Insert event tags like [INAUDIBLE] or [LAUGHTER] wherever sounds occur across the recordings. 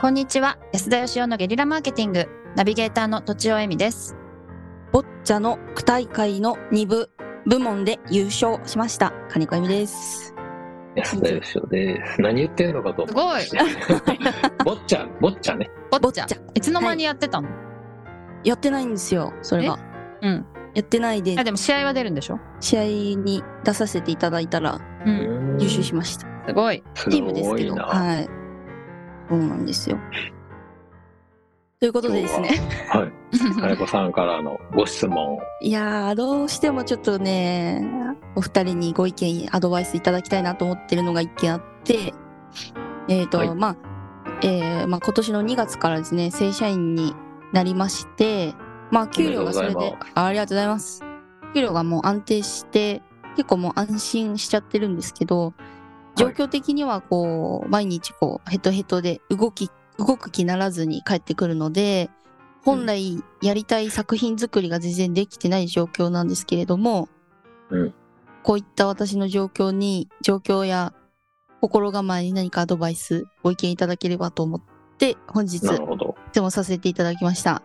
こんにちは安田義雄のゲリラマーケティングナビゲーターの土地尾恵美ですボッチャの区大会の2部部門で優勝しました金子由美です。安田義雄です。何言ってんのかと思いました。ぼっちゃ、ぼっちゃね。ボボッッチチャャいつの間にやってたの、やってないんですよ、それが。うんやってないであ、でも試合は出るんでしょ試合に出させていただいたらううんん優勝しました。すごいすごチいームですけど。なはい。そうなんですよ。ということでですね。はい。金子さんからのご質問。いやー、どうしてもちょっとね、お二人にご意見、アドバイスいただきたいなと思ってるのが一件あって、えっ、と、はいまあ、えーまあ、今年の2月からですね、正社員になりまして、まあ、給料がそれおめでとうでござい、あありがとうございます。給料がもう安定して、結構もう安心しちゃってるんですけど、状況的にはこう、毎日こう、ヘトヘトで動き、動く気ならずに帰ってくるので、本来やりたい作品作りが全然できてない状況なんですけれども、うんこういった私の状況に、状況や心構えに何かアドバイス、ご意見いただければと思って、本日なるほど。質問させていただきました。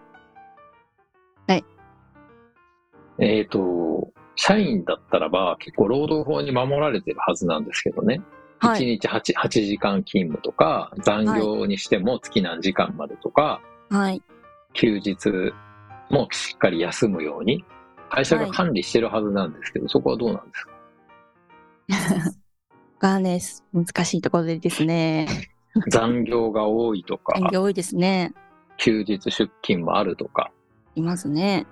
えっ、と、社員だったらば結構労働法に守られてるはずなんですけどね。は1い。日 8, 8時間勤務とか、残業にしても月何時間までとか、はい。休日もしっかり休むように、会社が管理してるはずなんですけど、そこはどうなんですかがね、す難しいところでです [LAUGHS] ね。残業が多いとか、残業多いですね。休日出勤もあるとか。いますね。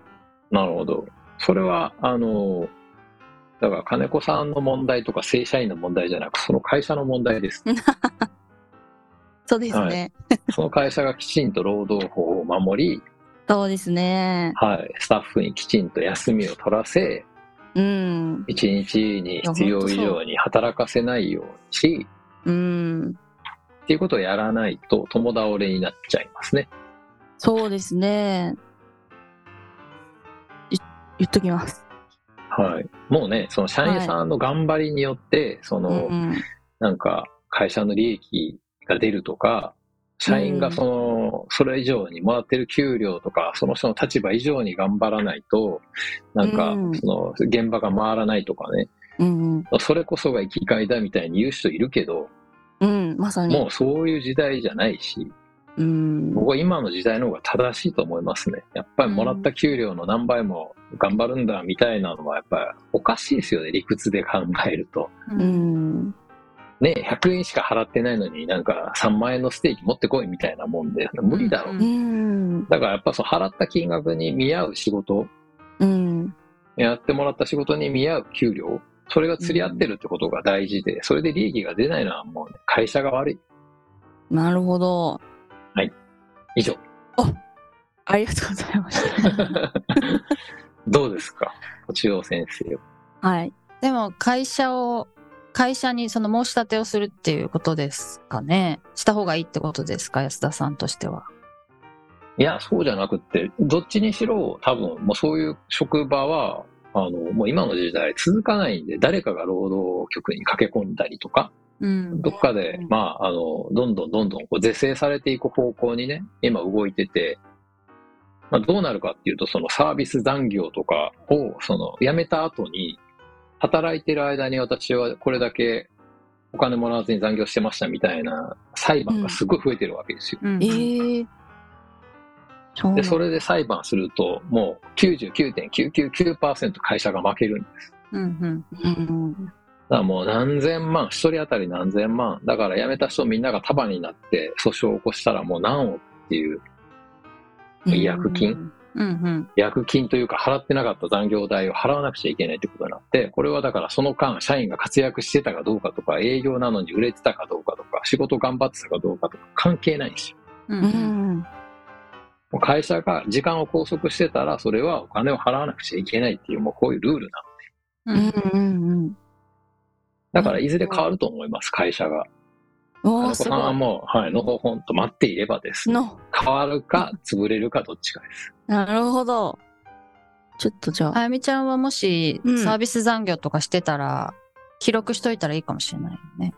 なるほど。それは、あの、だから金子さんの問題とか正社員の問題じゃなく、その会社の問題です。そうですね。はいその会社がきちんと労働法を守り、そうですね。はい、スタッフにきちんと休みを取らせ、うん。一日に必要以上に働かせないようにし、うん。っていうことをやらないと共倒れになっちゃいますね。そうですね。い言っときます。はい。もうね、その社員さんの頑張りによって、そうの、ん。なんか会社の利益が出るとか、社員がその、それ以上にもらってる給料とか、その人の立場以上に頑張らないと、なんかうん、その、現場が回らないとかね、うん。それこそが生きがいだみたいに言う人いるけど、うん。まさに。もうそういう時代じゃないし、うん。僕は今の時代の方が正しいと思いますね。やっぱりもらった給料の何倍も頑張るんだみたいなのは、やっぱりおかしいですよね、理屈で考えると。うん。ね、100円しか払ってないのになんか3万円のステーキ持ってこいみたいなもんで、無理だろう。うんうん。だからやっぱその払った金額に見合う仕事、うん。やってもらった仕事に見合う給料、それが釣り合ってるってことが大事で、それで利益が出ないのはもうね、会社が悪い。なるほど。以上。ありがとうございました。 [LAUGHS] どうですか中央先生。はい。でも会社を会社にその申し立てをするっていうことですかねした方がいいってことですか安田さんとしてはいや、そうじゃなくって、どっちにしろ、多分、もうそういう職場は、あの、もう今の時代続かないんで、誰かが労働局に駆け込んだりとか、うんどっかでうん、まあ、あの、どんどんどんどんこう是正されていく方向にね、今動いてて、まあ、どうなるかっていうと、そのサービス残業とかを、その、辞めた後に、働いてる間に私はこれだけお金もらわずに残業してましたみたいな裁判がすごい増えてるわけですよ。うんえー。そうで、それで裁判すると、もう99.999%会社が負けるんです。うんうん。だからもう何千万、一人当たり何千万。だから辞めた人みんなが束になって訴訟を起こしたらもう何億っていう、違約金うんうん違約金というか払ってなかった残業代を払わなくちゃいけないってことになって、これはだからその間、社員が活躍してたかどうかとか、営業なのに売れてたかどうかとか、仕事頑張ってたかどうかとか関係ないんですよ。うんううんん。もう会社が時間を拘束してたら、それはお金を払わなくちゃいけないっていう、もうこういうルールなの。ううんん。うん。だからいずれ変わると思います、会社が。うん。お金子ー、すさんはごもう、はい、のほほんと待っていればですい。ね、の。変わるか潰れるかどっちかです。なるほど。ちょっとじゃああ。やみちゃんはもしうんサービス残業とかしてたら、記録しといたらいいかもしれないよね。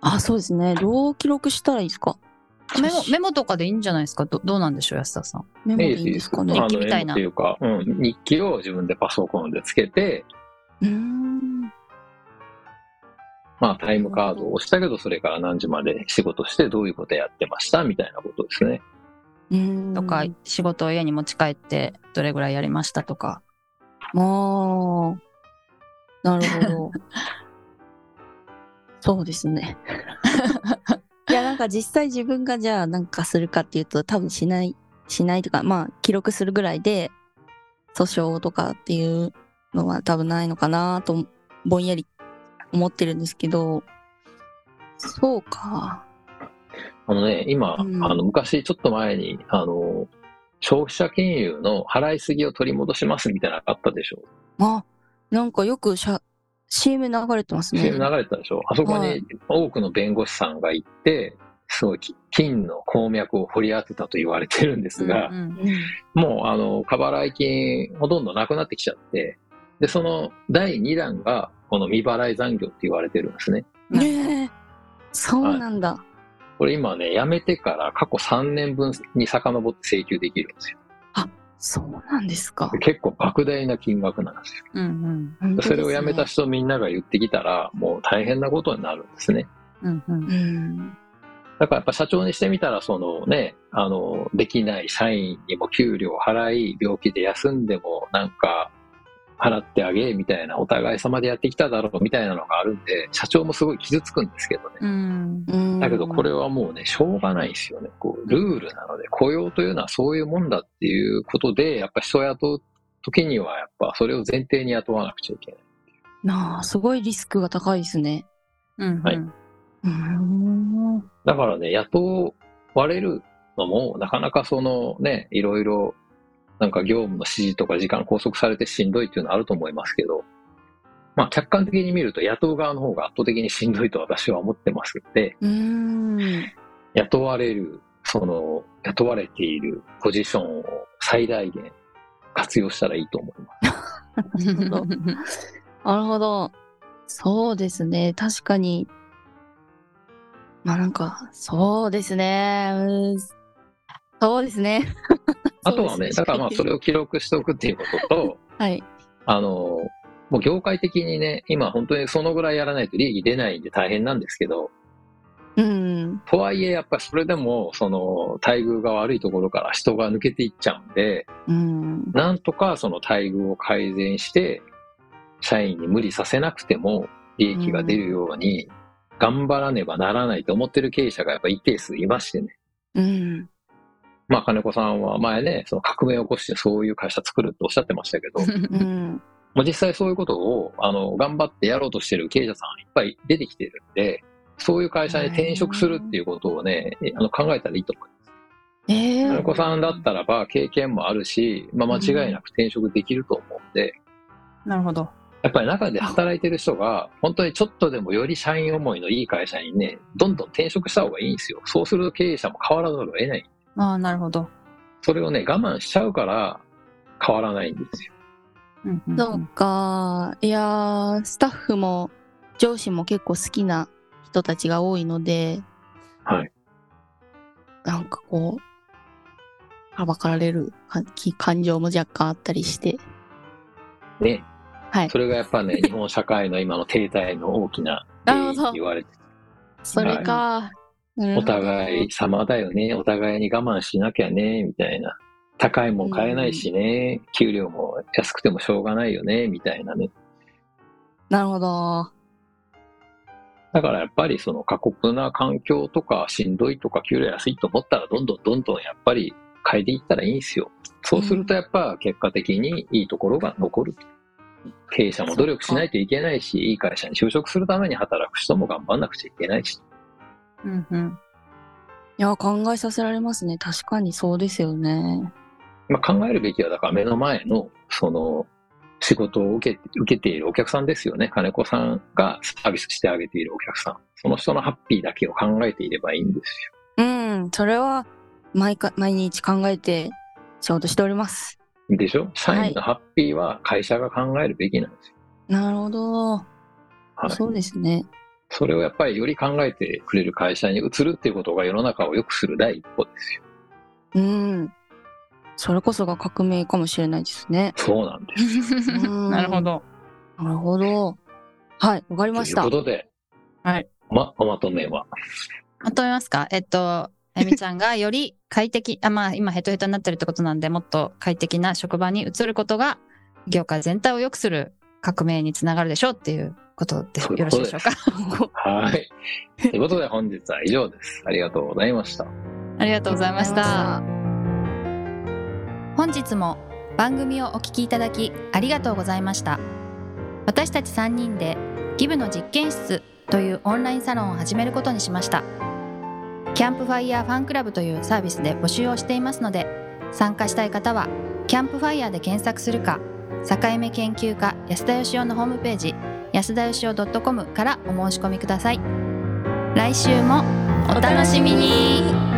あ、そうですね。どう記録したらいいですかメモ、メモとかでいいんじゃないですかどどうなんでしょう安田さん。メモいでいいいんですかいいね日あ。記のみたいなメモっていうか、うん、日記を自分でパソコンでつけて、うーん。まあ、タイムカードを押したけど、それから何時まで仕事して、どういうことやってましたみたいなことですね。うーんとか、仕事を家に持ち帰って、どれぐらいやりましたとか。ああ。なるほど。 [LAUGHS] そうです [LAUGHS] ね。いや、なんか実際自分がじゃあなんかするかっていうと多分しない、しないとか、まあ記録するぐらいで訴訟とかっていうのは多分ないのかなとぼんやり思ってるんですけど、そうか。あのね、今、うんあの昔、ちょっと前に、あの、消費者金融の払いすぎを取り戻しますみたいなのがあったでしょ。あ、なんかよくしゃ CM 流れてますね。 CM 流れてたでしょ。あそこはいに多くの弁護士さんが行って、すごい金の鉱脈を掘り当てたと言われてるんですが、うんうんうんもう、あの、過払い金、ほとんどなくなってきちゃって、で、その第2弾が、この未払い残業って言われてるんですね。なねえ。そうなんだ。これ今ね、辞めてから過去3年分に遡って請求できるんですよ。そうなんですかで。結構莫大な金額なんですよ。うんでそれを辞めた人みんなが言ってきたら、もう大変なことになるんですね。うんうんうんうん。だからやっぱ社長にしてみたら、そのね、あの、できない社員にも給料払い、病気で休んでもなんか払ってあげ、みたいな、お互い様でやってきただろう、みたいなのがあるんで、社長もすごい傷つくんですけどね。うんうんだけどこれはもうね、しょうがないですよね。こう、ルールなので、雇用というのはそういうもんだっていうことで、やっぱ人を雇う時には、やっぱそれを前提に雇わなくちゃいけない。なあ、すごいリスクが高いですね。うんはいううーん。だからね、雇われるのも、なかなかそのね、いろいろ、なんか業務の指示とか時間拘束されてしんどいっていうのはあると思いますけど、まあ客観的に見ると雇う側の方が圧倒的にしんどいと私は思ってますので、うーん。雇われる、その、雇われているポジションを最大限活用したらいいと思います。んほどなるほど。そうですね。確かに。まあなんか、そうですね。うーんそうですね。あとはそうでね、すだからまあそれを記録しておくっていうことと、 [LAUGHS] はい。あの、もう業界的にね、今本当にそのぐらいやらないと利益出ないんで大変なんですけど、うん。とはいえやっぱりそれでも、その待遇が悪いところから人が抜けていっちゃうんで、うん。なんとかその待遇を改善して、社員に無理させなくても利益が出るように頑張らねばならないと思ってる経営者がやっぱ一定数いましてね。うん。まあ金子さんは前ね、その革命を起こしてそういう会社作るっておっしゃってまし [LAUGHS] たけど、うん。もう実際そういうことをあの頑張ってやろうとしてる経営者さんいっぱい出てきてるんで、そういう会社に転職するっていうことをね、あの考えたらいいと思います。ええ金子さんだったらば経験もあるし、まあ、間違いなく転職できると思うんで、 [LAUGHS] なるほど。やっぱり中で働いてる人が、本当にちょっとでもより社員思いのいい会社にね、どんどん転職した方がいいんですよ。そうすると経営者も変わらざるを得ない。ああ、なるほど。それをね、我慢しちゃうから変わらないんですよ。うんうんうんそうか。いやー、スタッフも上司も結構好きな人たちが多いので、はい。なんかこう、はばかられる感き感情も若干あったりして。ね。はいそ。れがやっぱね、日本社会の今の停滞の大きなな原るほ因どって言われてそれか、なるほおど互い様だよね、お互いに我慢しなきゃね、みたいな。高いもん買えないしね、給料も安くてもしょうがないよね、みたいなね。なるほど。だからやっぱりその過酷な環境とかしんどいとか給料安いと思ったらどんどんどんどんやっぱり変えていったらいいんですよ。そうするとやっぱ結果的にいいところが残る。経営者も努力しないといけないし、いい会社に就職するために働く人も頑張んなくちゃいけないし。うんうんいや、考えさせられますね。確かにそうですよね。まあ、考えるべきはだから目の前のその仕事を受け受けているお客さんですよね。金子さんがサービスしてあげているお客さん。その人のハッピーだけを考えていればいいんですうよ。ん、それは、毎回、毎日考えて仕事しております。でしょ社員のハッピーは会社が考えるべきなんですよ。なるほど。はいそうですね。それをやっぱりより考えてくれる会社に移るっていうことが世の中を良くする第一歩ですよ。うん。それこそが革命かもしれないです [LAUGHS] ね。そうなんです。うんなるほど。なるほど。はい、わかりましといた。うことで、はいま、おまとめは。まとめますかえっと、あゆみちゃんがより快適、 [LAUGHS] あ、まあ今ヘトヘトになってるってことなんで、もっと快適な職場に移ることが、業界全体を良くする革命につながるでしょうっていうことでそういようろこしいとででしすょうか。 [LAUGHS] はい。ということで本日は以上です。ありがとうございました。ありがとうございましありがとうございましたた。本日も番組をお聞きいただきありがとうございました私たち3人でギブの実験室というオンラインサロンを始めることにしましたキャンプファイヤーファンクラブというサービスで募集をしていますので参加したい方はキャンプファイヤーで検索するか境目研究家安田義雄のホームページ安田義雄 .com からお申し込みください来週もお楽しみに